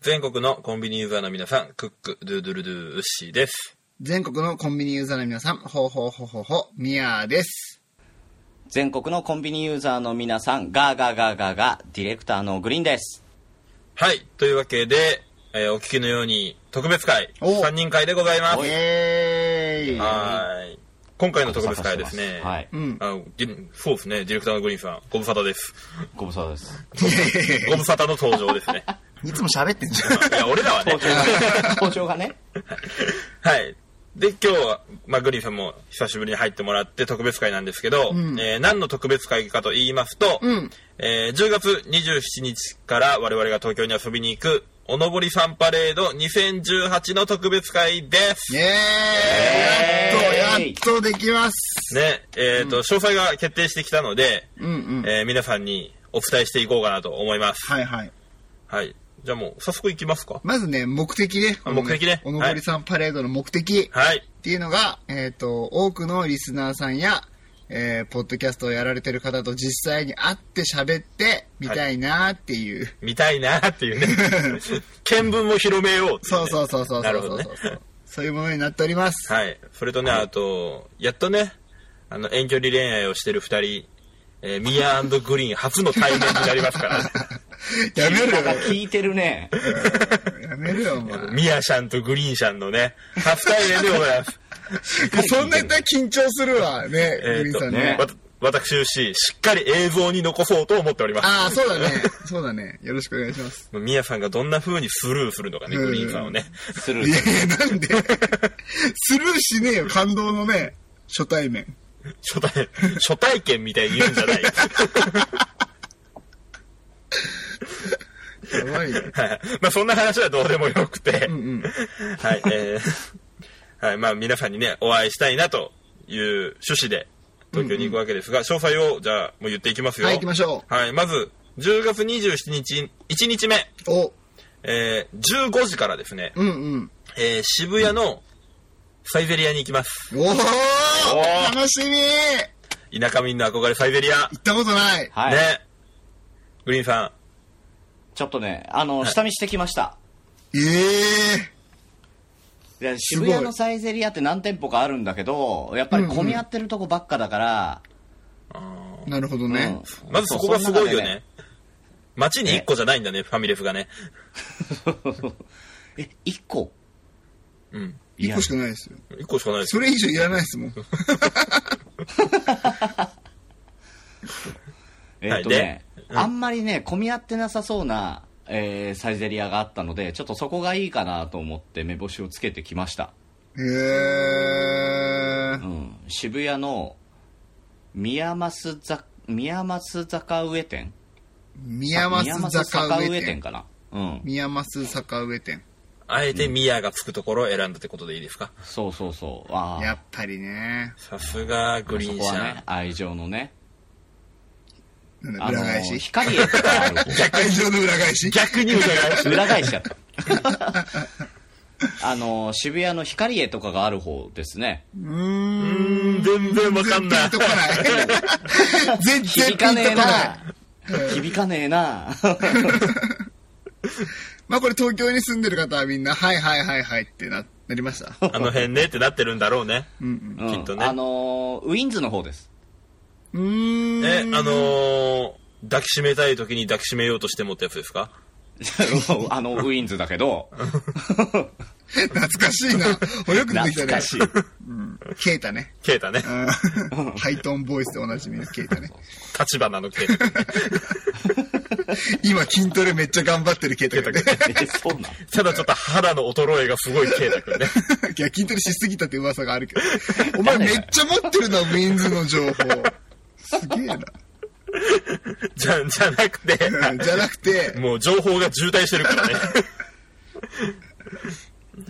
全国のコンビニユーザーの皆さん、クック、ドゥドゥルドゥ、ウッシーです。全国のコンビニユーザーの皆さん、ほうほうほうほうほう、ミヤです。全国のコンビニユーザーの皆さん、ガーガーガーガーガー、ディレクターのグリーンです。はい、というわけで、えーお聞きのように、特別会、お3人会でございます。イエーイはい。今回の特別会はですね、はい。うん。あぎそうですね、ディレクターのグリーンさん、ご無沙汰です。ご無沙汰です。ご無沙汰の登場ですね。 いつも喋ってんじゃ ん。いや、俺らはね。登場がね。はい。で、今日は、まあ、グリーンさんも久しぶりに入ってもらって特別会なんですけど、んえー何の特別会かと言いますと、うんえー10月27日から我々が東京に遊びに行く、おのぼりさんパレード2018の特別会です。イね、エーイイエーやイっと、やっとできます。えっ、と、詳細が決定してきたので、うんうん。えー皆さんにお伝えしていこうかなと思います。はいはい。はい。じゃあもう、早速行きますか。まずね、目的ね。あ目的ねこのおのぼりさんパレードの目的はい。っていうのが、えっと、多くのリスナーさんや、えーポッドキャストをやられてる方と実際に会って喋ってみたいなーっていう。見たいなーっていう ね。見聞も広めようっていねそうそうそうそうなそるうほそどうねそう。そういうものになっております。はい。それとね、あと、やっとね、あの、遠距離恋愛をしてる二人、えーミアグリーン初の対面になりますから、 やめろなんかよ。聞いてるね。やめるよ、お前。ミアシャンとグリーンシャンのね、初対面でご ざいます。 そんなやったら緊張するわ、ね、えグリーーンさと、んねね。、わた私、牛、しっかり映像に残そうと思っております。ああ、そうだね。そうだね。よろしくお願いします。ミアさんがどんな風にスルーするのかね、グリーンさんをね。する い。やいや、 なんでスルーしねえよ、感動のね、初対面。初体、初体験みたいに言うんじゃない。 やばいよ。はいまあそんな話はどうでもよくて、うんうん。はい、えーはい、まあ皆さんにね、お会いしたいなという趣旨で東京に行くわけですが、詳細をじゃあもう言っていきますよ。はい、行きましょはい、まず、10月27日、1日目、う。お、えー15時からですね、うんうん。えー渋谷のサイゼリアに行きます。おおーー楽しみ行田舎民の憧れサイゼリア。ったことない。はい。ね。グリーンさん、ちょっとね、あの、下見してきました。えいやごい渋谷のサイゼリアって何店舗かあるんだけど、やっぱり混み合ってるとこばっかだから、えー。なるほどね。うん まずそこがすごいよ。うね。街に1個じゃないんだね、ファミレスがね。その中でねえ、1個うん。い一個しかないですよ。 1個しかないですそれ以上いらないですもん。えはっ、いとね、でうんあんまりね、混み合ってなさそうな、えーサイゼリアがあったので、ちょっとそこがいいかなと思って目星をつけてきました。えー。うん、渋谷の宮益坂、宮益坂上店宮益坂上店。かな。うん。宮益坂上店。あえてミアがつくところを選んだってことでいいですかそうそうそう。あやっあ。ぱりね。さすがグリーそンこ車はね、愛情のね。なんだ、あ裏の返し光栄とかある 方会場の裏返し逆に疑い 裏返しちゃった。あの、渋谷の光栄とかがある方ですね。うーん。全然わかんない全然ピンとこな い。全然ピ響ンとこかねえない。な。響かねえな。 まあこれ東京に住んでる方はみんな、はいはいはいはいってな、なりま した。あの辺ねってなってるんだろうねうんうんきっとねあのーウィンズの方です。 うん。うーん。えあのー、抱きしめたい時に抱きしめようとしてもってやつですかあの、ウィンズだけど、懐かしいな。およく出てきたね懐 か。しい。ケイタね。ケイタねうん。 ハイトーンボイスでおなじみのケイタね。立花のケイタ今筋トレめっちゃ頑張ってるケイタがね。え、そうなのただちょっと肌の衰えがすごいケイタくんね いや、筋トレしすぎたって噂があるけど。お前めっちゃ持ってるな、ウィンズの情報。すげえな。じゃじゃなくてうんじゃなくて、もう情報が渋滞してるからね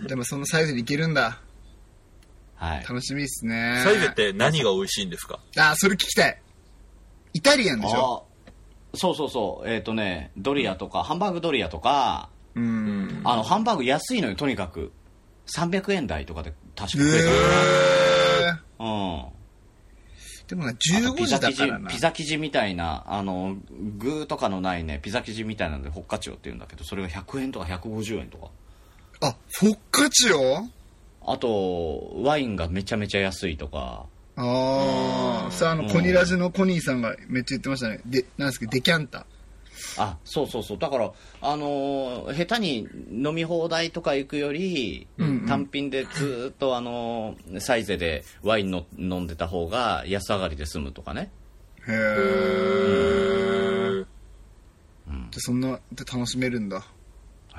でもそのサイズに行けるんだ。はい。楽しみですね。サイゼって何が美味しいんですかあ、それ聞きたい。イタリアンでしょあそうそうそう。えっ、とね、ドリアとか、ハンバーグドリアとか、うん。あの、ハンバーグ安いのよ、とにかく。300円台とかで確えか食えた。ー、うん。でもな、あと15ピザ時だ生からな地、ピ。ザ生地みたいな、あの、具とかのないね、ピザ生地みたいなので、ホッカチオって言うんだけど、それが100円とか150円とか。あ、フォッカチオあと、ワインがめちゃめちゃ安いとか、ああ、さあ、あの、コニラジのコニーさんがめっちゃ言ってましたね。で、なんですけど、デキャンタ。あ、そうそうそう。だから、あのー下手に飲み放題とか行くより、単品でずーっとあのーサイゼでワインの飲んでた方が安上がりで済むとかね。へうえ。んでそんな、で楽しめるんだ。はい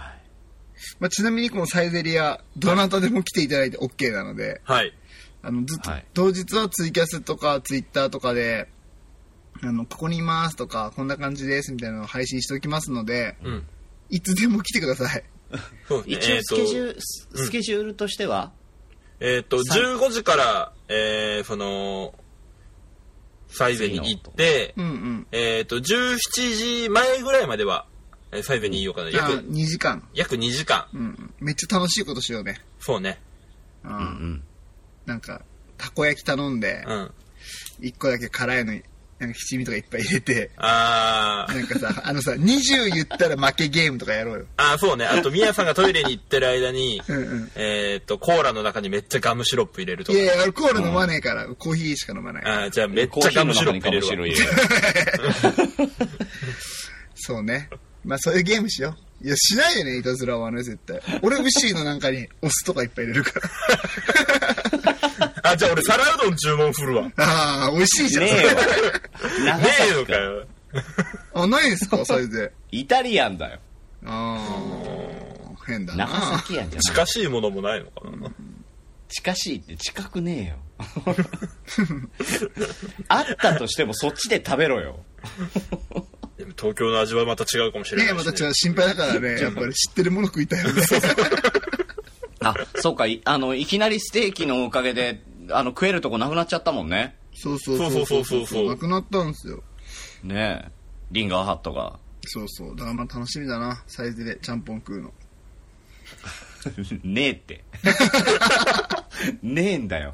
まあ、ちなみにこのサイゼリア、どなたでも来ていただいて OK なので、はい。あの、ずっと、はい当日はツイキャスとかツイッターとかで、あの、ここにいますとか、こんな感じですみたいなのを配信しておきますので、うん。いつでも来てください。そうね一応スケジュール、スうんスケジュールとしては、えっと、15時から、えー、その、サイゼに行ってう、んうん。えっと、17時前ぐらいまでは、えーサイゼにいようかな。じゃあ、約、 2時間。約2時間。うんうん。めっちゃ楽しいことしようね。そうね。う。うんうんん。なんか、たこ焼き頼んでう、ん。 1個だけ辛いのに、なんか七味とかいっぱい入れて、あー、なんか さ、あのさ、20言ったら負けゲームとかやろうよ。あーそうね。あと、ミヤさんがトイレに行ってる間 に、うんうん。えっと、コーラの中にめっちゃガムシロップ入れるといか。やいや、俺コール飲まねえから、コーヒーしか飲まない。あーじゃあめっコちーゃヒーガのムシ中ロにッかプも入しれるれわ。んよ。そうね。まあそういうゲームしよう。いや、しないよね、いたずらはね、絶対。俺、ウッシーのなんかに、お酢とかいっぱい入れるから。 あ、じゃあ俺皿うどん注文振るわ。ねああ、美味しいじゃん。ねそえれよ。長え崎のかかよ。あ、ないですか、それで。イタリアンだよ。ああ、変だな。長崎やんじゃない。近しいものもないのかな。近しいって近くねえよ。あったとしてもそっちで食べろよ。でも東京の味はまた違うかもしれねないし、え、またちょっと心配だから ね、やっぱり知ってるもの食いたいよね。あ、そうか、いあの、いきなりステーキのおかげで、あの、食えるとこなくなっちゃったもんね。そうそうそうそうそうそうなくなったんですよ。ねえ。リンガーハットが。 そうそう。だからまあ楽しみだな、サイズでちゃんぽん食うの。ねえって。 ねえんだよ。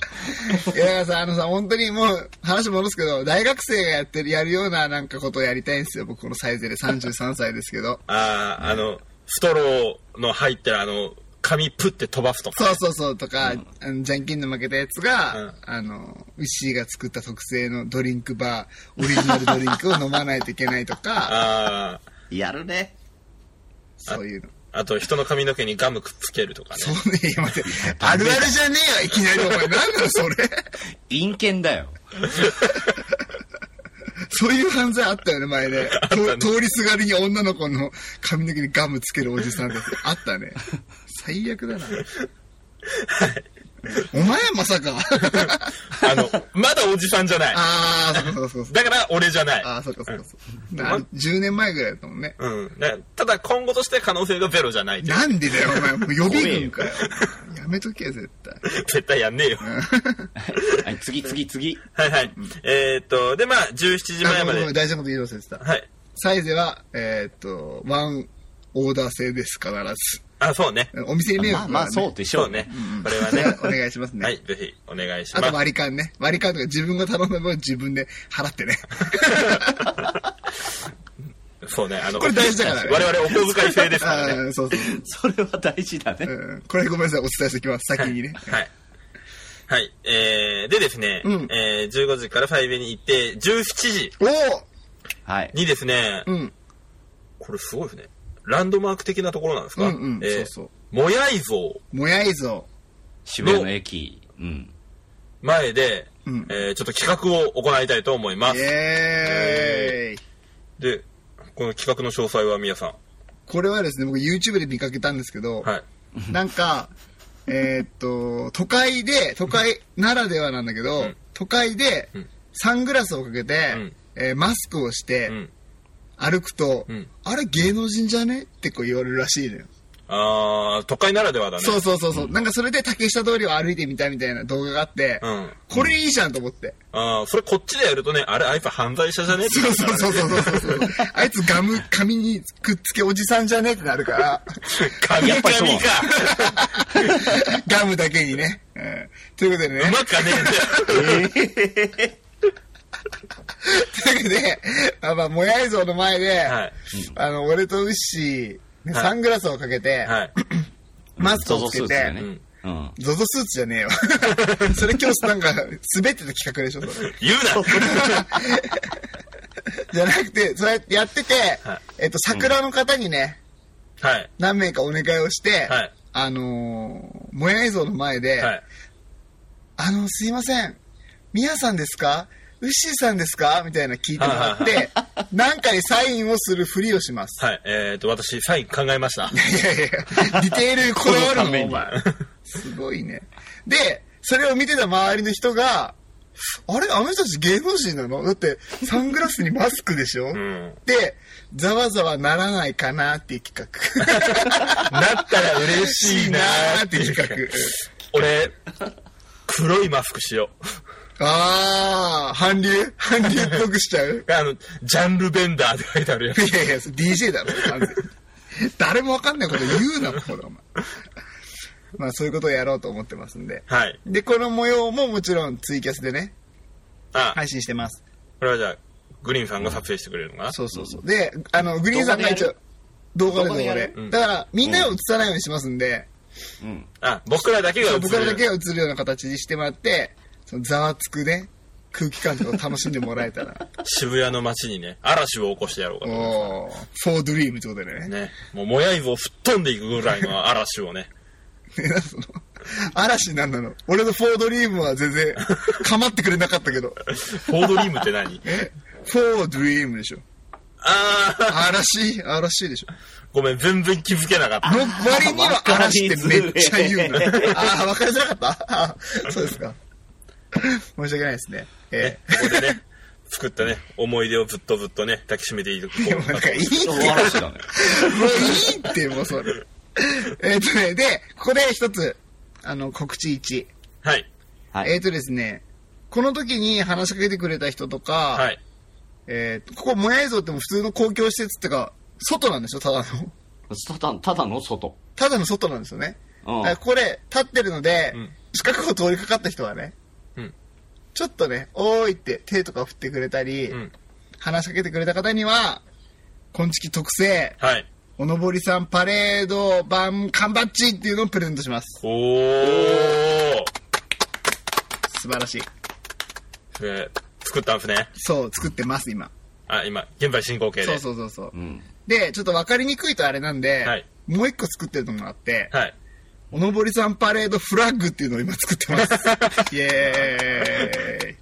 いや、だからさ、あのさ、本当にもう、話戻すけど、大学生がやってる、やるようななんかことをやりたいんですよ。僕、このサイズで33歳ですけど。ああ、あの、ストローの入ったら、あの、紙プって飛ばすとか。そうそうそうとか、あのじゃんけんの負けたやつが、うんあの、ウッシーが作った特製のドリンクバー、オリジナルドリンクを飲まないといけないと か、ああ、やるね。そういうの。あと人の髪の毛にガムくっつけるとかね。そうね、いや待って、あるあるじゃねえよ、いきなり お前。なんだよそれ。陰険だよ。そういう犯罪あったよね、前ね。と通りすがりに女の子の髪の毛にガムつけるおじさんです。あったね。最悪だな。お前まさか。あの、まだおじさんじゃない。 ああ、 そうそうそうそう。だから俺じゃない。ああ、そうかそうかそうか。あれ10年前ぐらいだったもんね。うん。だただ今後として可能性がゼロじゃない。なんでだよ、お前。もう予備軍かよ。やめとけよ、絶対。絶対やんねえよ。はい、次、次、次。はいはい。えーっと、で、まあ、17時前あまごめんごでめん。大事なこと言い忘れてた。はい。サイゼは、えーっと、ワンオーダー制です、必あ、そうね。ず。お店に迷まあ惑まあ、だからねそうでしょそううねね。。これはそれ はおね。願いしますね。はい、ぜひ、お願いしあまとす。割り勘ね。割り勘とか自分が頼んだ分自分で払ってね。そうね、あの、これ大事だからね我々お小遣い制ですからね。あーそうそう。それは大事だね。うんこれごめんなさい、お伝えしておきます、先にね。はい。はい。えー、でですね、うんえー、15時からファイブに行って、17時おはい。にですね、おうん。これすごいですね。ランドマーク的なところなんですかうんうんえーそうそうもやい像もやいぞ。渋谷の駅。うん。前で、うんえーちょっと企画を行いたいと思いまイす。エーイ。で、この企画の詳細は皆さん。これはですね、僕 YouTube で見かけたんですけど、はい。なんか、えーっと、都会で、都会ならではなんだけど、うん都会でうんサングラスをかけて、うんえーマスクをしてうん。歩くと、うんあれ芸能人じゃねってこう言われるらしいのよ。あー、都会ならではだね。そうそうそうそう、なんかそれで竹下通りを歩いてみたみたいな動画があって、うん。これいいじゃんと思って。あー、それこっちでやるとね、あれ、あいつ犯罪者じゃねそうそうそうそうそ うそう。あいつガム、紙にくっつけおじさんじゃねってなるから、神やっ々ぱかりそう ガムだけにね。うんということでね。 うまかねえんだよ。というわけで、あまあ、もやい像の前で、はいあの、俺とウッシー、ねはいサングラスをかけて、はい。マスクをつけゾゾスーツだよて、ねうんうん。ゾゾスーツじゃねえよ。 それ今日なんか、滑ってた企画でしょそれ言うなじゃなくて、そうやってやってて、はいえっと、桜の方にね、はい。何名かお願いをして、はいあのー、もやい像の前で、はい。あの、すいません。みやさんですかウッシーさんですかみたいな聞いてもらっはいはて、なんかにサインをするふりをします。はい。えっと、私、サイン考えました。いやいやいや、ディテールこだわるこのたの、めおに前。すごいね。で、それを見てた周りの人が、あれあの人たち芸能人なのだって、サングラスにマスクでしょ、うん。で、ざわざわならないかなっていう企な画。ったら嬉しいなーーっってていいうう企企画。画。俺、黒いマスクしよあー、韓流韓流っぽくしちゃうう。あの、ジャンルベンダーって書いてあるやつ。いやいや、それ DJ だろ、完全に誰もわかんないこと言うな、ほら、お前。まあ、そういうことをやろうと思ってますんで。はい。で、この模様ももちろんツイキャスでね、あ、配信してます。これはじゃあ、グリーンさんが撮影してくれるのかなそうそうそう。で、あの、グリーンさんが一応、動画で動動画画でやでる。うんだから、みんなを映さないようにしますんで、うん。あ、僕らだけが映る。僕らだけが映るような形にしてもらって、そのざわつくね、空気感とかを楽しんでもらえたら。渋谷の街にね、嵐を起こしてやろうかと思いまおー、フォードリームってことでねす。。ね。もう、もやいぶを吹っ飛んでいくぐらいの嵐を ね。えなその 嵐なんなの俺のフォードリームは全然構ってくれなかったけど。フォードリームって何えフォードリームでしょ。あー、 嵐、嵐でしょ。ごめん、全然気づけなかった。の割には嵐ってめっちゃ言うの。ああ、わかりづらかった あーそうですか。申し訳ないですね。えここでね、作ったね、思い出をずっとずっとね、抱きしめていこえでもうなんかかと いいって、もうい嵐だね。いって、もうそれ。えっとね、で、ここで一つ、あの、告知1。はい。はい。えっとですね、この時に話しかけてくれた人とか、はい。えーと、ここ、もや映像ってもう普通の公共施設ってか、外なんですよ、ただの。 ただ、ただの外。ただの外なんですよね。うだんから。これ、立ってるので、うん近くを通りかかった人はね、うんちょっとね、おーいって手とか振ってくれたり、うん。話しかけてくれた方には、こんちき特製、はい。おのぼりさんパレード版缶バッジっていうのをプレゼントします。おー。素晴らしい。それ作ったんですね。そう、作ってます、今。あ、今、現在進行形で。そうそうそうそうう。ん。で、ちょっと分かりにくいとあれなんで、はいもう一個作ってるのがあって、はい。おのぼりさんパレードフラッグっていうのを今作って ます。イエーイ。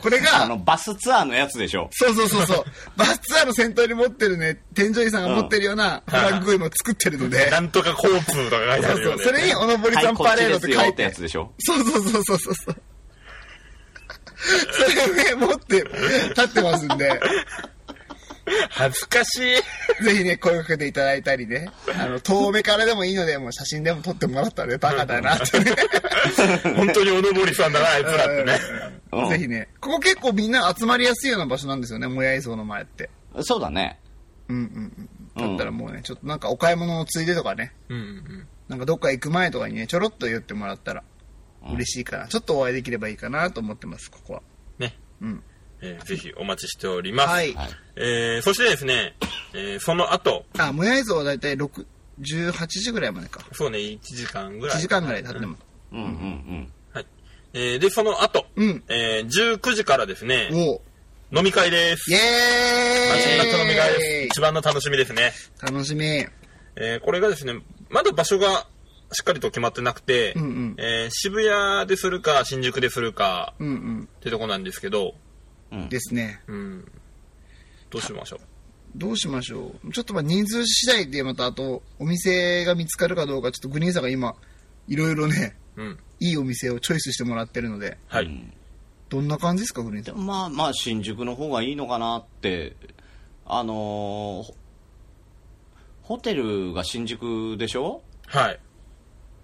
これあが、の、バスツアーのやつでしょ。そうそうそう そう、バスツアーの先頭に持ってるね、天井員さんが持ってるようなフラッグを今作ってるの で、なんとかコープとか書いてそあうるそよう、ね。それにおのぼりさんパレードって書はいいこっちですよっててや、つでしょ。そうそうそうそうそうそう。それをね、持って、立ってますん で、恥ずかしい。 ぜひね、声をかけていただいたりね、あの、遠目からでもいいので、もう写真でも撮ってもらったらね、バカだなってね。本当におのぼりさんだな、あいつらってね。うんぜひね、ここ結構みんな集まりやすいような場所なんですよね、もやい像の前って。そうだね。うんうんうん。だったらもうね、ちょっとなんかお買い物のついでとかね、うんうんなんかどっか行く前とかにね、ちょろっと言ってもらったら嬉しいかな。ちょっとお会いできればいいかなと思ってます、ここは。ね。うん。えーぜひお待ちしております。はい。はい。えーそしてですね、えーその後、あ、もやい像はだいたい6 18時ぐらいまでか。そうね、1時間ぐらい。 1時間ぐらい経っても。うんうんうん。はい。えーで、その後、うんえー19時からですね、おう飲み会です。イエ新月の飲み会です。ーイ一番の楽しみですね。楽しみ。えーこれがですね、まだ場所がしっかりと決まってなくて、うんうんえー渋谷でするか、新宿でするかうんうん。ってとこなんですけど、ですね。うん。どうしましょう。どうしましょう。ちょっとまあ人数次第でまたあとお店が見つかるかどうか、ちょっとグリーンさんが今、いろいろね、うん。いいお店をチョイスしてもらってるので、はい。どんな感じですか、グリーンさでん。もまあまあ、新宿の方がいいのかなって、あのーほホテルが新宿でしょはい。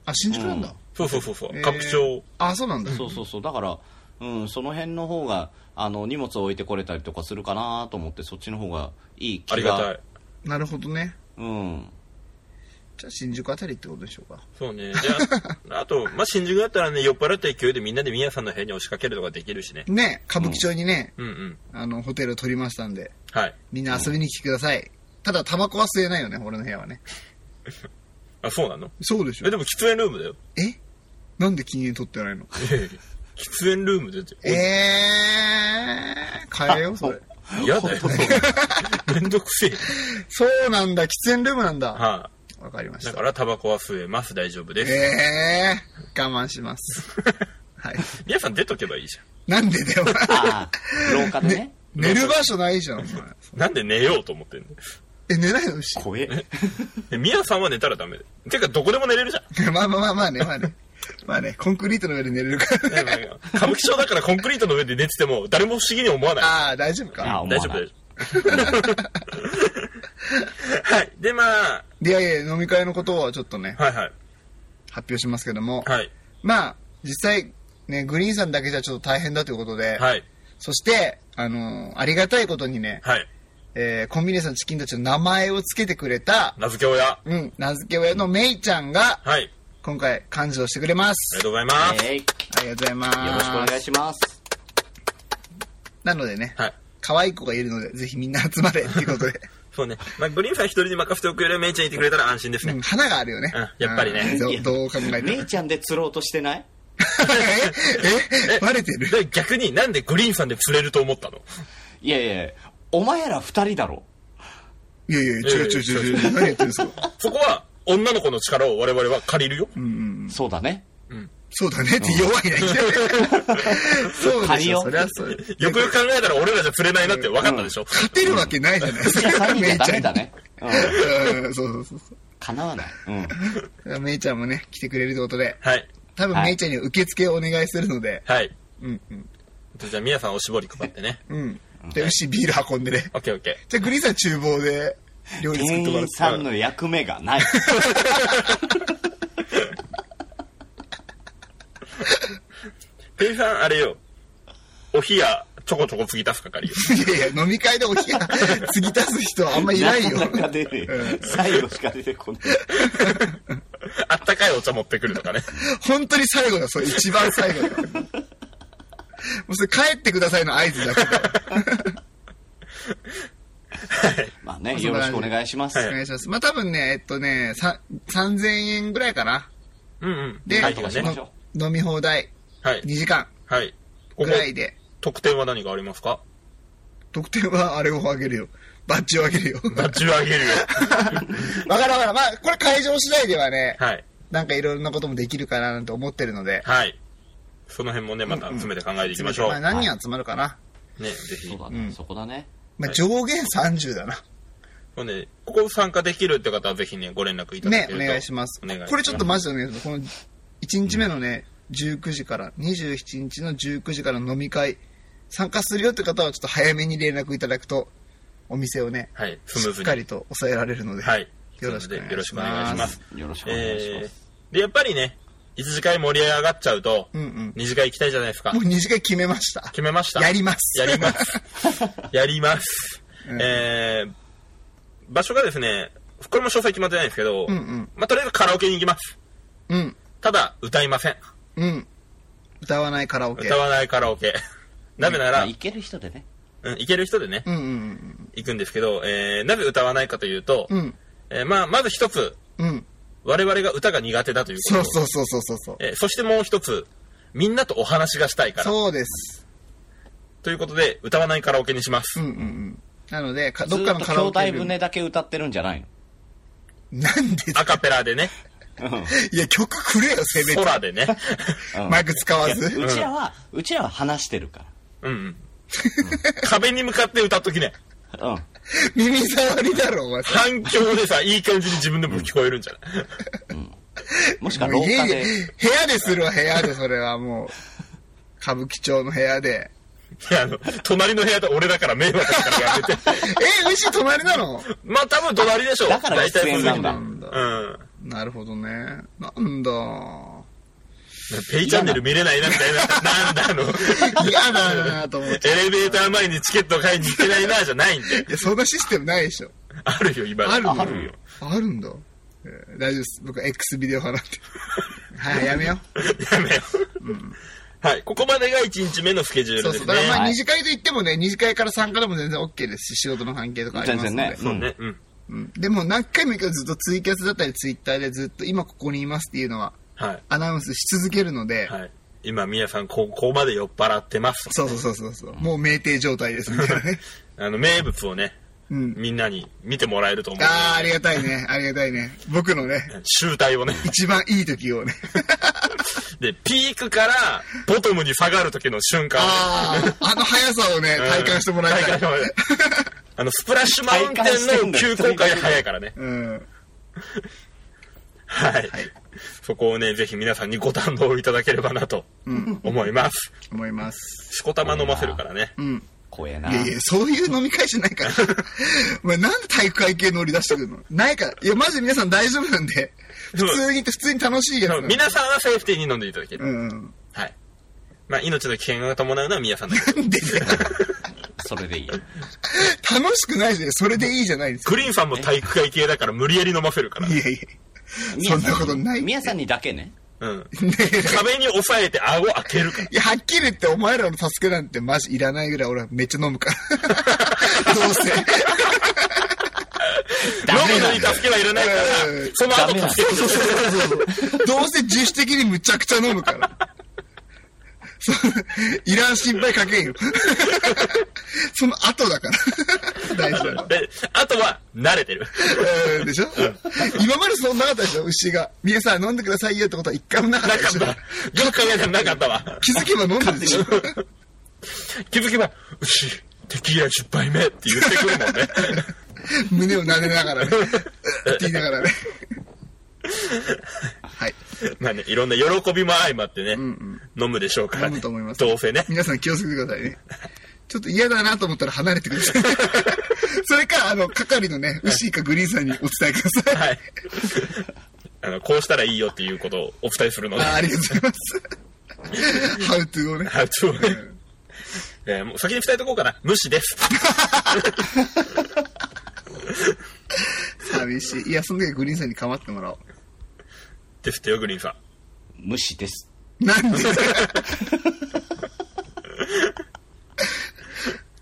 あ、新宿なんだ。そうそうそうそう。えー拡張。あ、そうなんだ。そうそうそう。だから、うん、その辺の方が、あの、荷物を置いてこれたりとかするかなと思って、そっちの方がいい気が。ありがたい。なるほどね。うん。じゃあ新宿あたりってことでしょうか。そうね。じ ゃあ、あと、まあ、新宿だったらね、酔っ払った勢いでみんなで宮さんの部屋に押しかけるとかできるしね。ね、歌舞伎町にね、うんうん。あの、ホテルを取りましたんで、はい。みんな遊びに来てください。ただ、タバコは吸えないよね、俺の部屋はね。あ、そうなのそうでしょえ、。でも喫煙ルームだよ。えなんで禁煙取ってないの喫煙ルームで。えー、変えよう、それ。嫌 だよ。めんどくせえ。そうなんだ、喫煙ルームなんだ。はわかりまい。しだたか。ら、タバコは増えます。大丈夫です。えー、我慢します。はい。宮さん出とけばいいじゃん。なんでだよ、ああ、廊下でね。お前寝る場所ないじゃん、お前。なんで寝ようと思ってんのえ、寝ないのし。 怖え。え宮さんは寝たらダメで。てか、どこでも寝れるじゃん。まあまあまあまあね、まあね。まあね、コンクリートの上で寝れるから、ね。歌舞伎町だからコンクリートの上で寝てても、誰も不思議に思わない。ああ、大丈夫あか。大丈夫、大丈夫。はい。で、まあ、で、いやいや、飲み会のことをちょっとね、はいはい。発表しますけども。はい。まあ、実際、ね、グリーンさんだけじゃちょっと大変だということで、はい。そして、あのーありがたいことにね、はい。えーコンビニさんチキンたちの名前をつけてくれた、名付け親。うん、名付け親のメイちゃんが、はい。今回、幹事をしてくれあまりがす。とうございます。えいよありがとうございます。ろしくお願いします。なのでね、はい。可愛い子がいるので、ぜひみんな集まれっていう ことで。そうね。まあ、グリーンさん一人に任せておくよりは、メイちゃんいてくれたら安心ですうんね。花があるよね。うんやっぱりねうんどうどう考 えてめもい。ちゃんで釣ろうとしてないええバレてるで逆になんでグリーンさんで釣れると思ったのいやいやお前ら二人だろ。いやいや、違う違う違う違う。何やってるんですかそこは、女の子の力を我々は借りるよ。そうだ ね。そうだねって 弱いな、いきなりそうで借りしよょ、うそりゃそうよ。 よくよく考えたら俺らじゃ釣れないなって分かったでしょ、勝てるわけないじゃないですいや、か、 三人じゃダメんだ。ね。うん。うんそうそうそうそ叶わない。うん。う。メイちゃんもね、来てくれるってことで、はい。多分はいメイちゃんには受付をお願いするので、はい。うんうん。じゃあ、ミヤさんおしぼり配ってね。うん。で、牛ビール運んでね。オッケーオッケじゃあ、グリーンさん厨房で料理作って店もらっ員て。さんの役目がない。ー。店員さん、あれよ。お冷や、ちょこちょこ継ぎ足す係よ。 いやいや、飲み会でお冷や継ぎ足す人はあんまいないよ。なかなか出て最後しか出てこない。あったかいお茶持ってくるとかね。本当に最後だ、それ一番最後だ。もうそれ帰ってくださいの合図だけど。まあね、よろしくお願いします。お願いします。まあ多分ね、えっとね、さ3000円ぐらいかな。うんうん。で、はなんいとかしましょ飲み放題はい2。時間はい。こぐこ、らいで、特典は何がありますか得点はあれをあげるよ。バッジをあげるよ。バッジをあげるよ。わからんわからん。まあ、これ会場次第ではね、 はい。なんかいろんなこともできるかななんて思ってるので。はい。その辺もね、また詰めて考えていきましょう。あね、何人集まるかな。ぜう。ひそう。だね、そこだね。まあ、上限30だな。ほんで、ここ参加できるって方はぜひね、ご連絡いただねけ、るおと。願いしますお願いしま。すこれちょっとマジでお願いします。この1日目のね、19時から、27日の19時からの飲み会、参加するよって方はちょっと早めに連絡いただくと、お店をね、はい、スムしーっズに。かりと抑えられるので、はい。よろしくお願いしますなのでよろしくお願いします。よろしくお願いしえます。ー、で、やっぱりね、一次会盛り上がっちゃうと、うんうん。二次会行きたいじゃないですかもう。2次会決めました。決めましたやります。やります。やります。 うんえー、場所がですね、これも詳細決まってないんですけど、うんうんまあ、とりあえずカラオケに行きます。うん、ただ、歌いません。うん。歌わないカラオケ。歌わないカラオケ。なぜなまら、あうんいける人でね。行ける人でね、うんうん行くんですけど、えー、なぜ歌わないかというと、うん。うん、えーまあ、まず一つ、うん。我々が歌が苦手だということ。そうそうそうそうそうそう。えーそしてもう一つ、みんなとお話がしたいから。そうです。ということで、歌わないカラオケにしまうす。んうんうん。なので、かずどっかっのとカ兄ラオ弟ケルーム船だけ歌ってるんじゃないのなんでアカペラでね、いや、曲くれよ、せめて。空でね。うんマイク使わずいやうちらは、うちらは話してるかうんうん。壁に向かって歌っときね、ら。うん。耳障りだろ、お前。反響でさ、いい感じに自分でも聞こえるんじゃないもしくはも廊う家下でで。、部屋でするわ、部屋で、それはもう。歌舞伎町の部屋で。いや、あの、隣の部屋と俺だから迷惑だからやめて。 え、牛隣なのまあ多分隣でしょ。だから大体出演なんだそういう時にうん。なるほどね。なんだ。ペイチャンネル見れないな、みたいな。なんだあの、嫌だなと思って。エレベーター前にチケット買いに行けないな、じゃないんでい。や、そんなシステムないでしょ。あるよ、今。あるのあるよ。あるんだ。うん大丈夫です。僕 X ビデオ払って。はい、やめよう。やめよう。はい。ここまでが1日目のスケジュールそうでそすう。ねだか。らまはあい二次会と言ってもね、二次会から参加でも全然 OK ですし、仕事の関係とかありますので。全然ねそうね。うん。うん。でも何回も言うけどずっとツイキャスだったりツイッターでずっと今ここにいますっていうのははい。アナウンスし続けるので、はい。今、皆さん、ここまで酔っ払ってます。そうそうそうそうそう。もう酩酊状態ですみたいな ね。あの、名物をね、うん。みんなに見てもらえると思う。ああ、ありがたいね。ありがたいね。僕のね、集大をね。一番いい時をね。で、ピークから、ボトムに下がる時の瞬間をね ああ、あの速さをね、うん体感してもらい体た感しい。てもらいたいあの、スプラッシュマウンテンの急降下が早いからね。うん。はい。そこをね、ぜひ皆さんにご堪能いただければなとうん。思います。思います。しこたま飲ませるからね。うん。怖えないやいや、そういう飲み会じゃないから。お前なんで体育会系乗り出してくるのないから。いや、マジで皆さん大丈夫なんで。普通に、普通に楽しいやつそなうんで。皆さんはセーフティーに飲んでいただける。うんうん。はい。まあ、命の危険が伴うのは皆さんだけど。でねそれでいい楽しくないじゃん。それでいいじゃないですか。グリーンさんも体育会系だから無理やり飲ませるからい。やいそんなことない宮さんにだけねうん。や。ねえ壁に押さえて顎開けるから。いや、はっきり言って、お前らの助けなんてマジいらないぐらい俺はめっちゃ飲むから。どうせ。ダメ飲むのなにんだよ助けはいらないからうん、そのダメ後なん助けてくれるどうせ自主的にむちゃくちゃ飲むから。そういらん心配かけんよ。その後だから。大事なので、あとは、慣れてる。うんでしょ今までそんなかったでしょ牛が。皆さん飲んでくださいよってことは一回もなかっなたでかっ。したょよく考えたらなかったわ。気づけば飲んでるでしょ 気づけば、牛、テキーラ10杯目って言ってくるもんね。 胸を撫でながらね。うって言いながらね。はい。まあね、いろんな喜びも相まってね、飲むでしょうから、ね。飲むと思いますどうせね。皆さん気をつけてくださいね。ちょっと嫌だなと思ったら離れてください。 それか、あの、係のね、牛かグリーンさんにお伝えください。はい。あの、こうしたらいいよっていうことをお伝えするのであ。ありがとうござい ます。ハウトゥーをね。はい、そうね。えーもう先に伝えとこうかな。無視です。寂しい。いや、その時はグリーンさんに構ってもらおう。ですってよ、グリーンさん。無視ですな んで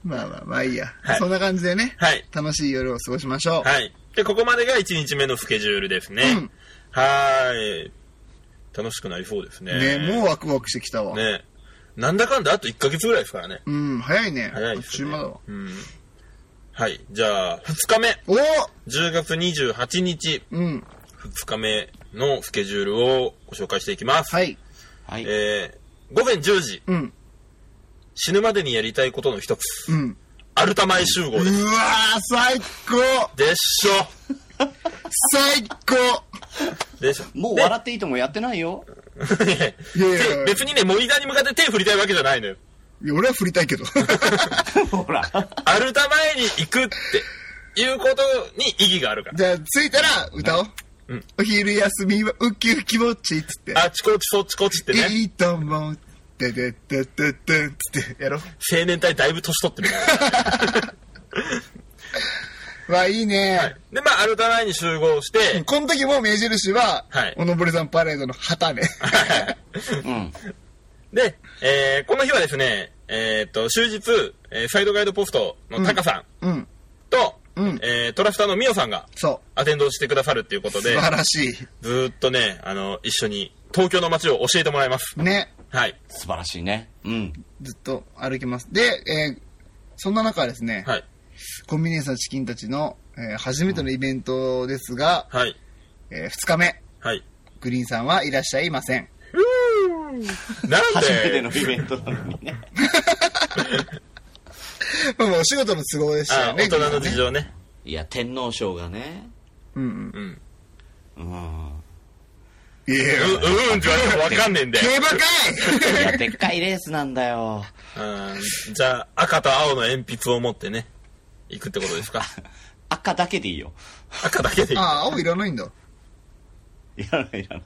まあまあまあいいや、はいそんな感じでね、はい楽しい夜を過ごしましょう。はい。で、ここまでが1日目のスケジュールですね。うんはーい。楽しくなりそうですね。ね、もうワクワクしてきたわ。ねなんだかんだあと1ヶ月ぐらいですからね。うん、早いね。早いであっすといねう間だわ。うん。はい。じゃあ、2日目。お10月28日、うん、 2日目のスケジュールをご紹介していきます。はい。はいえー、午前10時、うん、死ぬまでにやりたいことの一つ、うん。アルタ前集合うわです。ー、最高でっしょ最高でっしょもう笑っていいともやってないよで いやいやいや手別にね、モニターに向かって手振りたいわけじゃないのよ。いや俺は振りた いけど。 ほらアルタ前に行くっていうことに意義があるから。じゃあ、着いたら歌おう。うんお昼休みはウキウキウォッチっつって。あっちこっちそっちこっちってね、いいと思う。てててててつってやろう。青年隊だいぶ年取ってるから。わ、いいね。で、まあ、アルタ前に集合して、この時も目印は、はいおのぼりさんパレードの旗ね。うん で、えーこの日はですね、えーっと、終日、えーサイドガイドポストのタカさんうん。と、うんえートラフターのミオさんがそアテンドをしてくださるっていうことう。素で、晴らしずーっとね、あの、一緒に東京の街を教えてもらいます。い。ね。はい。素晴らしいねうんずっと歩きます。で、えーそんな中ですね、はい。コンビニエンスのチキンたちの、えー初めてのイベントですが、はい。え2日目、はい。グリーンさんはいらっしゃいません。 なん初めてでの、イベントなのにねまあもうお仕事の都合でしたあよね。大人のグリー事ンさんね情ね。いや天皇賞がねうんうん。うん。、うんいやいううや、ーんって言われてもわかんね えんで。競馬かいやでっかいレースなんだようんじゃあ、赤と青の鉛筆を持ってね、行くってことです か赤だけでいいよ赤だけでい行く。 ああ、青いらないんだ。いらないいらない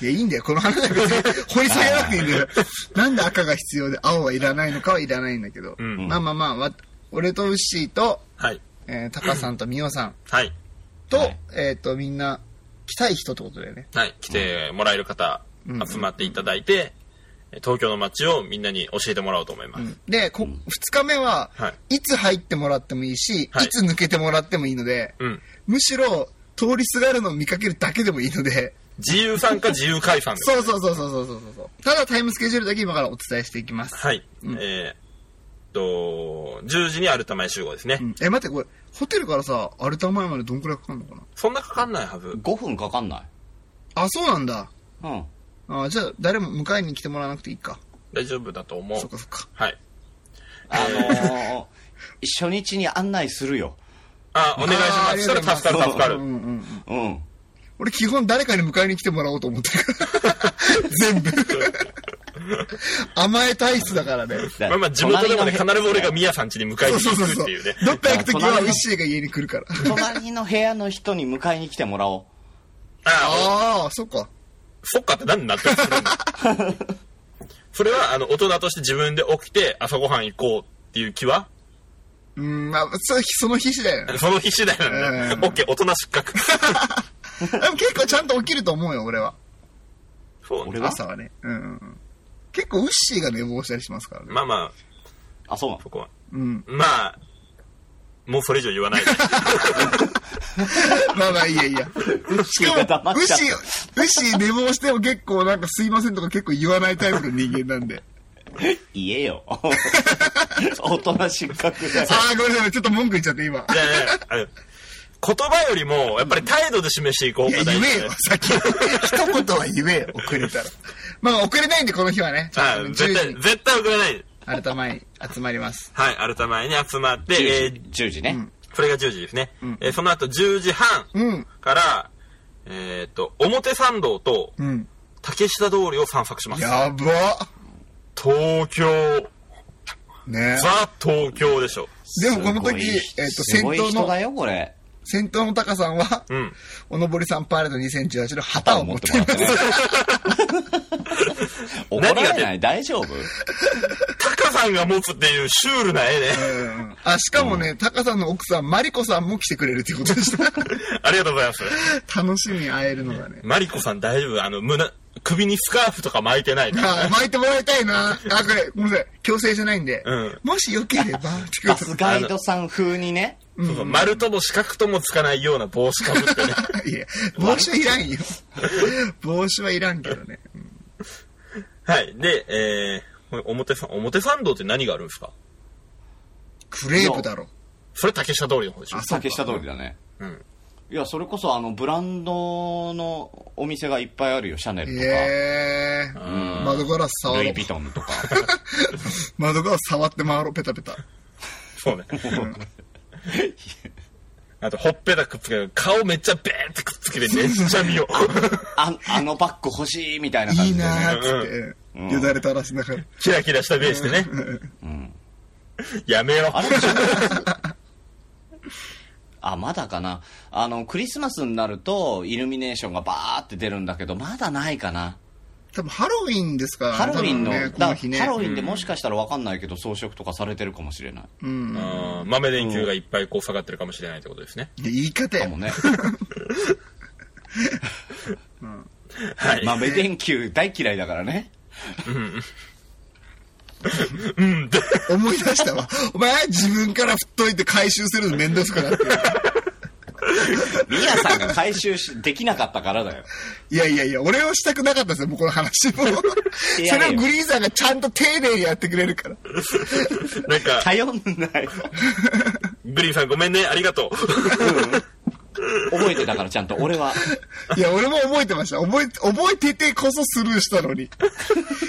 いや、いいんだよ。この話は別 に掘り下げなくていいんだよ。なんで赤が必要で青はいらないのかはいらないんだけど。うんまあまあまあ、わ俺とウッシーと、はい。えータカさんとミオさんはい。と、はいえっ、と、みんな、来たい人ってことだよね。はい、来てもらえる方うん集まっていただいて、東京の街をみんなに教えてもらおうと思います、で、こ2日目は、、はいつ入ってもらってもいいし、はいい、つ抜けてもらってもいいので、うんむしろ通りすがるのを見かけるだけでもいいので、自由参加自由解散ですそうそうそうそうそうそうそう。ただタイムスケジュールだけ今からお伝えしていきます。はい、えーっと10時にアルタ前集合ですね、うんえ、待って、これ、ホテルからさ、アルタ前までどんくらいかかるのかなそんなかかんないはず5分かかんない。あ、そうなんだ。うん。あじゃあ、誰も迎えに来てもらわなくていいか。大丈夫だと思うそっかそっか。はいあのー、初日に案内するよ。あお願いしあーまあすりそがれとうござい助ますかる助かるうんうんうん。うん。俺基本誰かに迎えに来てもらおうと思ってる から。全部。甘え体質だからね。だまあまあ地元でもね必隣ずの俺がミヤさん家に迎えそにうそうそう行くそっうていうね。どっか行くときはウッシーが家に来るから。隣の部屋の人に迎えに来てもらおう。ああああ、そっか。そっかって何納得するんだ それはあの大人として自分で起きて朝ごはん行こうっていう気はうん、まあ、そその日次第 よね。その日次第なんだうねん OK 大人失 格でも結構ちゃんと起きると思うよ、俺は。そうね俺は朝はね。うんうんうん。結構ウッシーが寝坊したりしますからね。まあまああ、そうなのそこはうん。 まあもうそれ以上言わないでまあまあ、いいやいいや。しかも、が黙っウッちゃったシー、ウッシー寝坊しても結構なんかすいませんとか結構言わないタイプの人間なんで。言えよ。 大人失格だよ。ああ、ごめんなさい、ちょっと文句言っちゃって今。いやいやあの言葉よりもやっぱり態度で示していこういや、が言大事えよ、先に。一言は言えよ、遅れたら。まあ、遅れないんで、この日はね。ちゃあんと10時絶対に絶対遅れない改まり、集まります。はいアルタ前に集まって、えー10時 ,10 時ね。それが10時ですね、えーその後10時半うん。から、えーっと表参道とうん。竹下通りを散策しますやば東京ねザ東京でしょでもこの時、えっと、す先ごい頭人の、だよ、これ。先頭の高さんは、 うんおのぼりさんパレード2018の旗を持ってい ます。怒がられない大丈夫 タカさんが持つっていうシュールな絵ねうんあ、しかもね、高さんの奥さん、マリコさんも来てくれるっていうことでした。 ありがとうございます楽しみに会えるのがね。マリコさん大丈夫あの胸首にスカーフとか巻いてないからあ、巻いてもらいたいな。あ、これ、ごめんなさい。強制じゃないんで。うんもしよければ、ってバことスガイドさん風にね。そうそう丸とも四角ともつかないような帽子かぶって ねいや、帽子はいらんよ。帽子はいらんけどね。はいでえーこれ表参表参道って何があるんですかクレープだろ。それ竹下通りの方でしょあそうか竹下通りだね。うんいや、それこそあの、ブランドのお店がいっぱいあるよ。シャネルとか、ええん窓ガラス触ルろイ・うヴ。ィトンとか。窓ガラス触って回ろう、ペタペ タ。そうねあとほっぺたくっつける顔めっちゃベーンってくっつけてめっちゃ見ようああのバッグ欲しいみたいな感いいじで、ね。なーっつって、うんよだれ垂らしながら。キラキラした目してね、やめようあれでしょあ、まだかな。あの、クリスマスになると、イルミネーションがバーって出るんだけど、まだないかな。 多分ハロウィンですからね。ハロウィンの、多分ねこだの日ね。ハロウィンでもしかしたらわかんないけど、装飾とかされてるかもし れない。うん。うん豆電球がいっぱいこう下がってるかもしれないってことですね。で言い方かやも。ね。はい。豆電球大嫌いだからね。思い出したわ。 お前、自分から振っといて回収するのめんどくさくな ってる。ミヤさんが回収し、できなかったからだよ。いやいやいや、俺をしたくなかったですよ、もうこの話も。いそやれをグリーンさんがちゃんと丁寧にやってくれるから。なんか、頼んない。グリーンさんごめんね、ありがとう。覚えてたからちゃんと、俺は。いや、俺も覚えてました。覚えて、覚えててこそスルーした のに。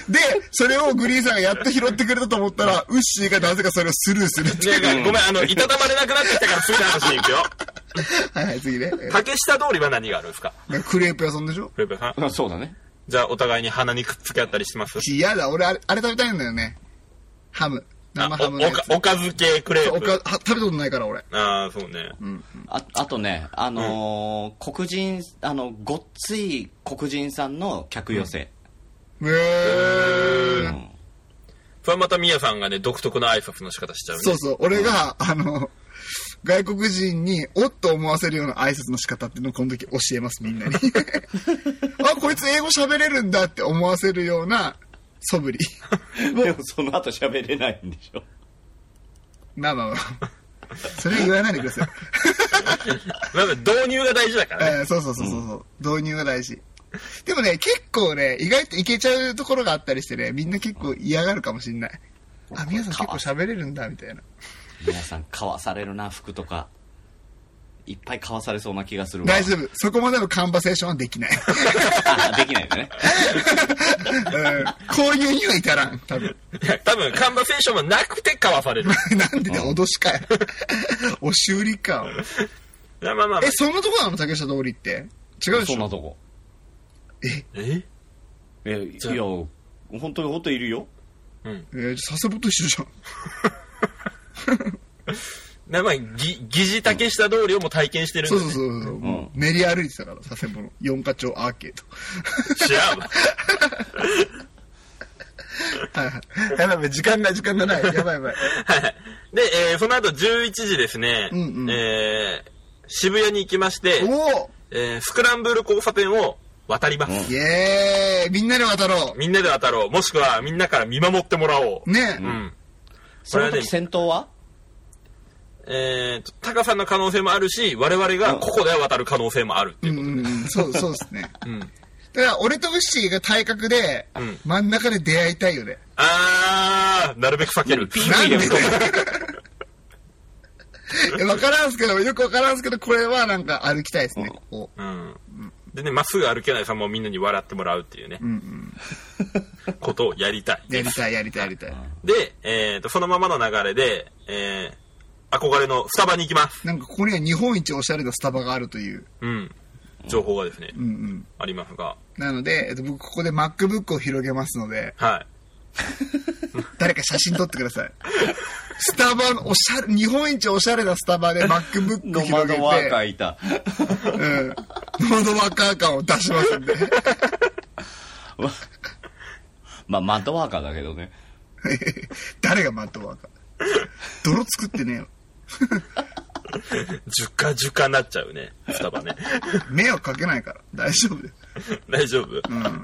で、それをグリーンさんがやっと拾ってくれたと思ったら、ウッシーがなぜかそれをスルーするっていなう。んかごめん、あの、いたたまれなくなってきたから次の話に行くよ。 はいはい、次ね。竹下通りは何があるんですかクレープ屋さんでしょフレープさん。そうだね。じゃあ、お互いに鼻にくっつけ合ったりしてますいやだ、俺あれ、あれ食べたいんだよね。ハム。生あハムのやつ。おおかず系クレおーかプ。は食べたことないから、俺。ああ、そうね。ああとね、あのー黒人、あの、ごっつい黒人さんの客寄せ。へーうんそれはまたみやさんがね、独特な挨拶の仕方しちゃうね。そうそう、俺が、あの、外国人におっと思わせるような挨拶の仕方っていうのをこの時教えますみんなにあこいつ英語喋れるんだって思わせるような素振り でもその後喋れないんでしょまあまあまあそれ言わないでください、まず導入が大事だからね。えーそうそうそうそうそう、導入が大事でもね結構ね意外といけちゃうところがあったりしてねみんな結構嫌がるかもしんないあ皆さん結構喋れるんだみたいな皆さん買わされるな服とかいっぱい買わされそうな気がするわ大丈夫そこまでのカンバセーションはでき ない、あできないよねうん、交流には至らん多分いや多分、カンバセーションもなくてかわされる。なんでね、脅しかよ。 押し売りか。まあまあまあえ、。そんなとこなの竹下通りって。違うでそしんなょとこええいや本当に本当にいるよえー、佐世保と一緒じゃん。なまあ、ぎ疑似竹下通りをもう体験してるんそで、うね。そうそうそう、ん練り歩いてたから、佐世保の四課町アーケー 知 らんわ。ド。はいはい。やばいやばい、時間が時間がない。やばいや ばい。で、えーその後11時ですね、うんうんえー渋谷に行きまして、おおえースクランブル交差点を渡ります。うんイエーイみんなで渡ろみんなで渡ろう。もしくはみんなから見守ってもらおう。う。ねう、ん。その時先頭はえーと、タカさんの可能性もあるし、我々がここで渡る可能性もあるってういんう。うんうん、そう、そうですね。うん。だから、俺とウッシーが体格で、ん真ん中で出会いたいよね。あー、なるべく避ける。なんでいやそうえわからんすけど、よくわからんすけど、これはなんか歩きたいですね、ここ。うん。でね、まっすぐ歩けないさんもみんなに笑ってもらうっていうね、うんうん。ことをやりたい。やりたい、やりたい、やりたい。で、えーと、そのままの流れで、えー憧れのスタバに行きます。なんかここには日本一おしゃれなスタバがあるという。うん。情報がですね、うんうん。ありますが。なので、えっと、僕ここで MacBook を広げますので、はい。誰か写真撮ってください。スタバのおしゃれ、日本一おしゃれなスタバで MacBook ノ広マげて、 ドワーカーいたうん。ノードワーカー感を出しますんで。まあマッドワーカーだけどね 誰がマッドワーカー泥作ってねえよ。ジュカジュカになっちゃうね、スタバね。迷惑かけないから。大丈夫だよ。大丈夫、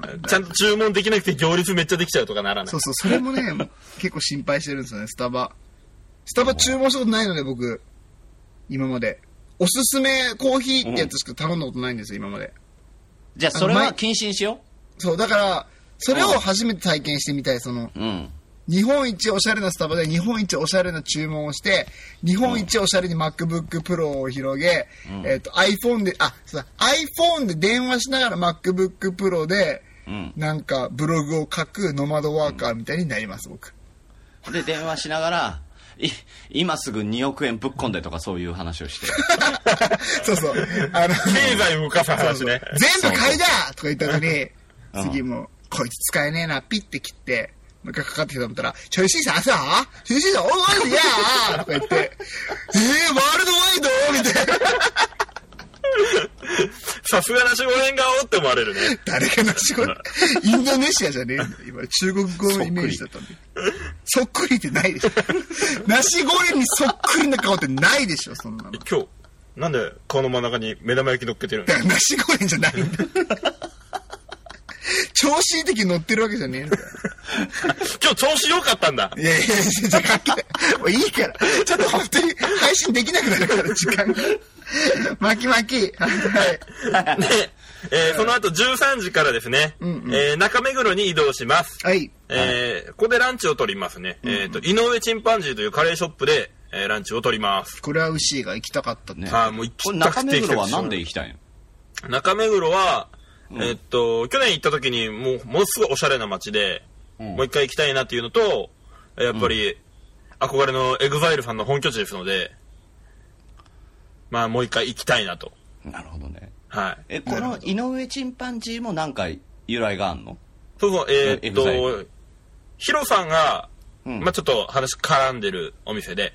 んちゃんと注文できなくて行列めっちゃできちゃうとかならないそう。そう、それもね、結構心配してるんですよね、スタバ。スタバ注文したことないので、僕、今まで。おすすめコーヒーってやつしか頼んだことないんですよ、今まで。じゃあそれは謹慎しよそう、だから、それを初めて体験してみたい、その、ううん日本一おしゃれなスタバで日本一おしゃれな注文をして、日本一おしゃれに MacBook Pro を広げ、えっ、と、iPhone で、あ、そうだ、iPhone で電話しながら MacBook Pro で、うんなんかブログを書くノマドワーカーみたいになります、 僕。で電話しながらい今すぐ2億円ぶっ込んでとかそういう話を してそうそう。あの、経済を動かす話ね。全部買いだとか言ったのに、次もう、こいつ使えねえな、ピッて切って、もう一回かかってきたと思ったら、ちょいしいさ、朝ちょいしいさ、おいおいやーとか言って、 えー、ワールドワイドみたいな。さすがなしごへん顔って思われるね。誰がなしごインドネシアじゃねえんだよ。今、中国語のイメージだったんだよ。そっくりってない でしょ。なしごにそっくりな顔ってないでし ょ、そんなの。だ今日、なんで顔の真ん中に目玉焼き乗っけてるの から、なしごじゃないんだよ。調子いい時に乗ってるわけじゃねえんだよ。今日調子良かったん だい。やいや、じゃあ、かけないもういいから。ちょっと本当に配信できなくなるから、時間が。巻き巻き。はい。で、えーその後13時からですね、えー中目黒に移動します。はい。えーここでランチを取りますね。えっ、と、井上チンパンジーというカレーショップで、えーランチを取ります。これはウシーが行きたかったね。ねああ、もう行これきた中く目て行きた黒くはてなんで行きたいの中目黒は、えっと、去年行った時にもう、ものすごいおしゃれな街で、んもう一回行きたいなっていうのと、やっぱり、憧れのエグザイルさんの本拠地ですので、まあもう一回行きたいなと。なるほどねはい。えこの井上チンパンジーもなんか由来があんのそうそう、えーっうん EXILE と、ヒロさんが、うんまあちょっと話絡んでるお店で、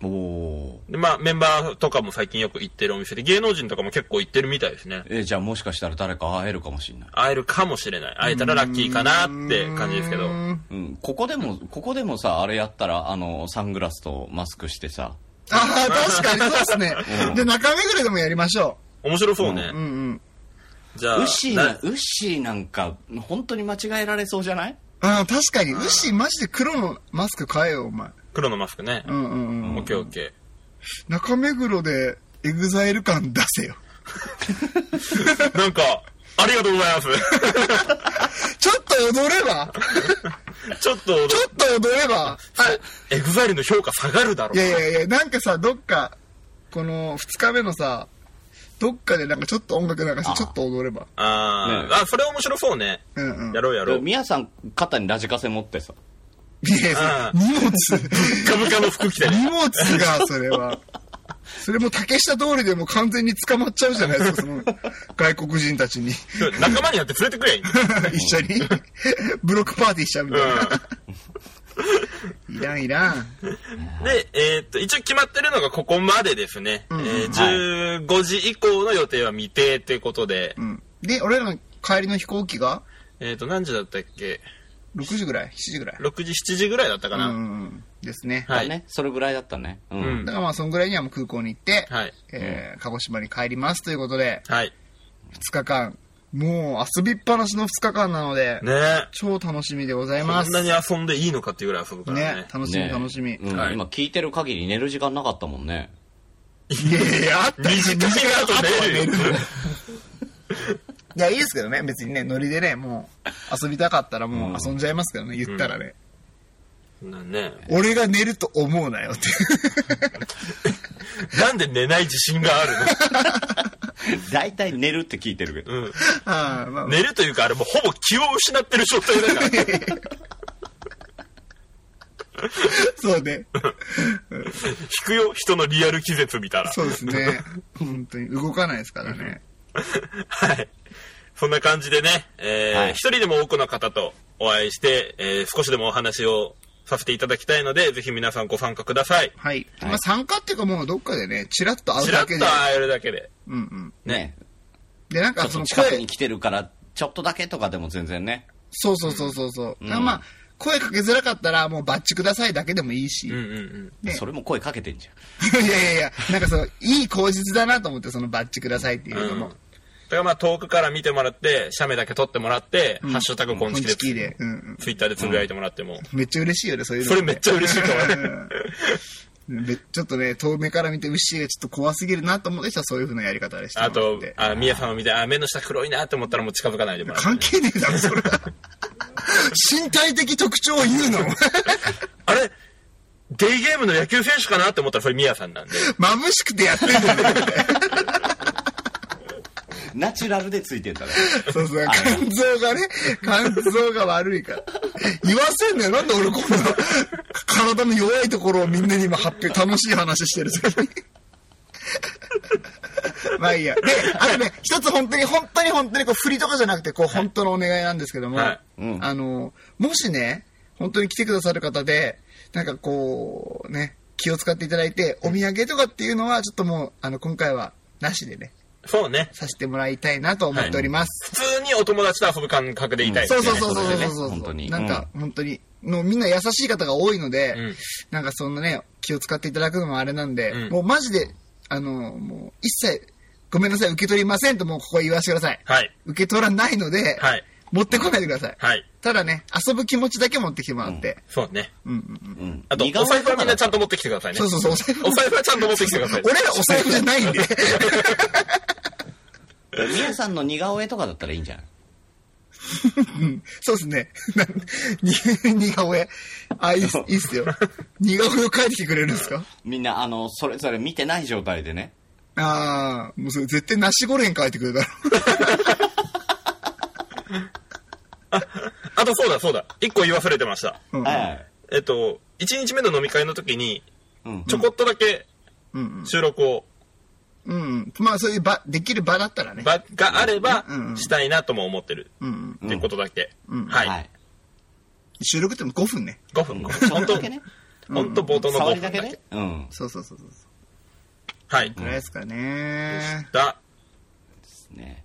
おおで、まあメンバーとかも最近よく行ってるお店で、芸能人とかも結構行ってるみたいですね。えじゃあもしかしたら誰か会えるかもしれない、会えるかもしれない。会えたらラッキーかなって感じですけど。うん、ここでもここでもさあれやったらあのサングラスとマスクしてさああ、確かにそうですねうん。で、中目黒でもやりましょ面白そうね。う。うんうん。じゃあ、ウッシーなな、ウッシーなんか、本当に間違えられそうじゃないああ、確かに。ウッシーマジで黒のマスク買えよ、お前。黒のマスクねう。んうんうん。オッケーオッケ中目黒でエグザイル感出せよ。ー。なんか、ありがとうございます。ちょっと踊 ればちょっと、ちょっと踊ればエグザイルの評価下がるだろいやいやいや、なんかさ、どっか、この2日目のさ、どっかでなんかちょっと音楽流してちょっと踊れば。あー、ねあ、それ面白そうね。うんうん。やろうやろう。ミヤさん、肩にラジカセ持ってさ。いやいやう荷物、カブカの服着て荷ね。物が、それは。それも竹下通りでも完全に捕まっちゃうじゃないで すか、その外国人たちに。 仲間になって連れてくれいいね一緒に、ブロックパーティーしちゃうみたいな。いらんいらん。で、えーっと、一応決まってるのがここまでですね。んうんえー15時以降の予定は未定ってことで、うん。で、俺らの帰りの飛行機がえーっと、何時だったっけ6時ぐらい ?7 時ぐらい ?6 時、7時ぐらいだったかうな。ん。ですね。はいだね。それぐらいだったね。うん。うんだからまあ、そんぐらいにはもう空港に行って、はい。えー鹿児島に帰りますということで、はい。 2日間、もう遊びっぱなしの2日間なので、ねえ。超楽しみでございこます。んなに遊んでいいのかっていうぐらい遊ぶからね。ね、楽しみね楽しみ。うんはい今聞いてる限り寝る時間なかったもん ね。いやいや、あった2時間後寝る。 いや、いいですけどね、別にね、ノリでね、もう、遊びたかったらもううん遊んじゃいますからね、言ったらね。なんね。俺が寝ると思うなよって。 なんで寝ない自信がある大体寝るって聞いてるけど。 の、うん、ああ、まあ、寝るというか、あれもうほぼ気を失ってる状態 だから。 そうね。引くよ、人のリアル気絶見たら。そうですね。本当に動かないですからね。はい。そんな感じでね、えーはい一人でも多くの方とお会いして、えー少しでもお話をさせていただきたいので、ぜひ皆さんご参加ください。はい。まあ、参加っていうかもうどっかでね、チラッと会ちうらだっとけで。会えるだけで。うんうん。ね。で、なんちょかっそとの近く声に、来てるから、ちょっとだけとかでも全然ね。そうそうそうそうそう。んだからまあ、声かけづらかったら、もうバッチくださいだけでもいいし。うんうんうん。ねそれも声かけてんじゃ ん。いやいやいや、なんかそう、いい口実だなと思って、そのバッチくださいっていうのうんも。だからまあ遠くから見てもらって、写メだけ撮ってもらって、ハッシュタグこんコンちチキきーでで。、うんうん。ツイッターでつぶやいてもらっても。めっちゃ嬉しいよね、そういうの。それめっちゃ嬉しいと思ううんでちょっとね、遠目から見て、ウッシーがちょっと怖すぎるなと思って人はそういう風なやり方でした。 あと、あ、みやさんを見て、あ、目の下黒いなと思ったらもう近づかないでもらって、関係ねえだろ、それ。 身体的特徴を言うの。 あれデイゲームの野球選手かなって思ったらそれみやさんなんで。眩しくてやってるんだね。ナチュラルでついてんだね。そうそう、肝臓がね、肝臓が悪いから。言わせんのよ。なんで俺こんな、体の弱いところをみんなに今発表、楽しい話してる時に。まあいいや。で、あのね、一つ本当に、本当に本当に、こう、振りとかじゃなくて、こう、本当のお願いなんですけども、はいうんあの、もしね、本当に来てくださる方で、なんかこう、ね、気を使っていただいて、お土産とかっていうのは、ちょっともう、あの、今回は、なしでね、そうね。させてもらいたいなと思っております。普通にお友達と遊ぶ感覚でいたい、そうそうそうそうそねうそそううだよね本当になんか、本当に。のみんな優しい方が多いので、うんなんかそんなね、気を使っていただくのもあれなんで、うんもうマジで、あの、もう一切、ごめんなさい、受け取りませんともうここは言わせてください。はい。受け取らないので、はい。持ってこないでください。はい。ただね、遊ぶ気持ちだけ持ってきてもらって、そうね。うんうんうんうん。あと、お似顔絵財布はみんなちゃんとと持ってきてくださいね。そうそうそう、お財布お。財布はちゃんと持ってきてください。俺らお財布じゃないんで。か。ミヤさんの似顔絵とかだったらいいんじゃないうんそうですね。 なに似顔絵。あ、いいっすいいっすよ。似顔絵を描いてきてくれるんですかみんな、あの、それぞれ見てない状態でね。ああ、もうそれ絶対ナシゴレン書いてくれたろ。あと、そうだそうだ。一個言い忘れてました。うんはい。えっと、一日目の飲み会の時に、うん。ちょこっとだけうん収録を、うん。うん。まあそういう場、できる場だったらね。ばがあればうんう、んしたいなとも思ってる。うんうん。っていうことだけ。うんはい。収録っても5分ね。 5分。ちょ本っとだけ ね当。本当冒頭の5触り分だだけけ。ね。うん。そうそうそうそう。はいぐ。らいですかね。だ、ね。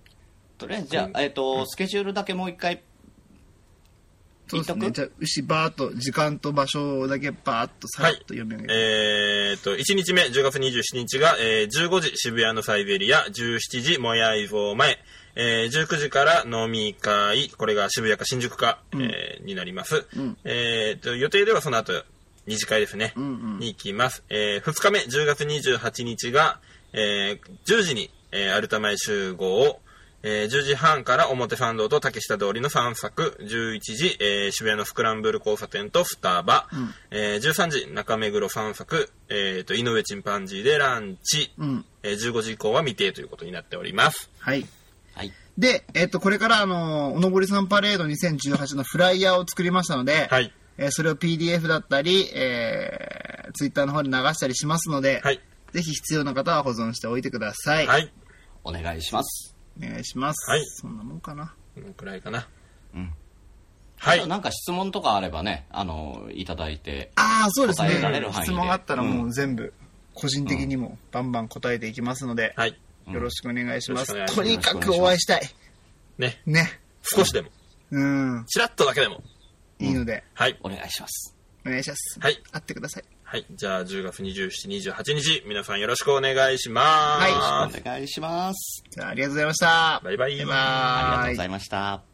とりあえず、じゃあ、えっと、スケジュールだけもう一回、そうですね。一択じゃあ、牛バーっと、時間と場所だけバーっとさらっと読み上げて。えーっと、1日目、10月27日が、えー15時、渋谷のサイゼリア、17時、もやい棒前、えー19時から飲み会、これが渋谷か新宿か、えーになります。えーっと、予定ではその後、二次会ですね、に行きます。え2日目、10月28日が、えー10時に、えーアルタ前集合を、えー10時半から表参道と竹下通りの散策、11時、えー渋谷のスクランブル交差点とスタバ、えー13時、中目黒散策、えーと、井上チンパンジーでランチ、うん。えー15時以降は未定ということになっております。はい。はい。で、えっ、と、これから、あのーおのぼりさんパレード2018のフライヤーを作りましたので、はい。えーそれを PDF だったり、えー、Twitter の方に流したりしますので、はい。ぜひ必要な方は保存しておいてください。はい。お願いします。お願いします。はいそんなもんかな。このくらいかな。うんはい。なんか質問とかあればね、あの、いただいて。ああ、そうですね答えられる。範囲質で問があったらもう全部、個人的にもバンバン答えていきますので、はい。よろしくお願いします。よろしくとお願いにしますかくお会いしたい。ね。ね。少しでも、うん。ちらっとだけでも。いいので、はい。お願いします。お願いします。はい。会ってください。はい。じゃあ、10月27、28日、皆さんよろしくお願いします。はお願いします。じゃあ、ありがとうございました。バイバイバイありがバとうーごイざ。いました。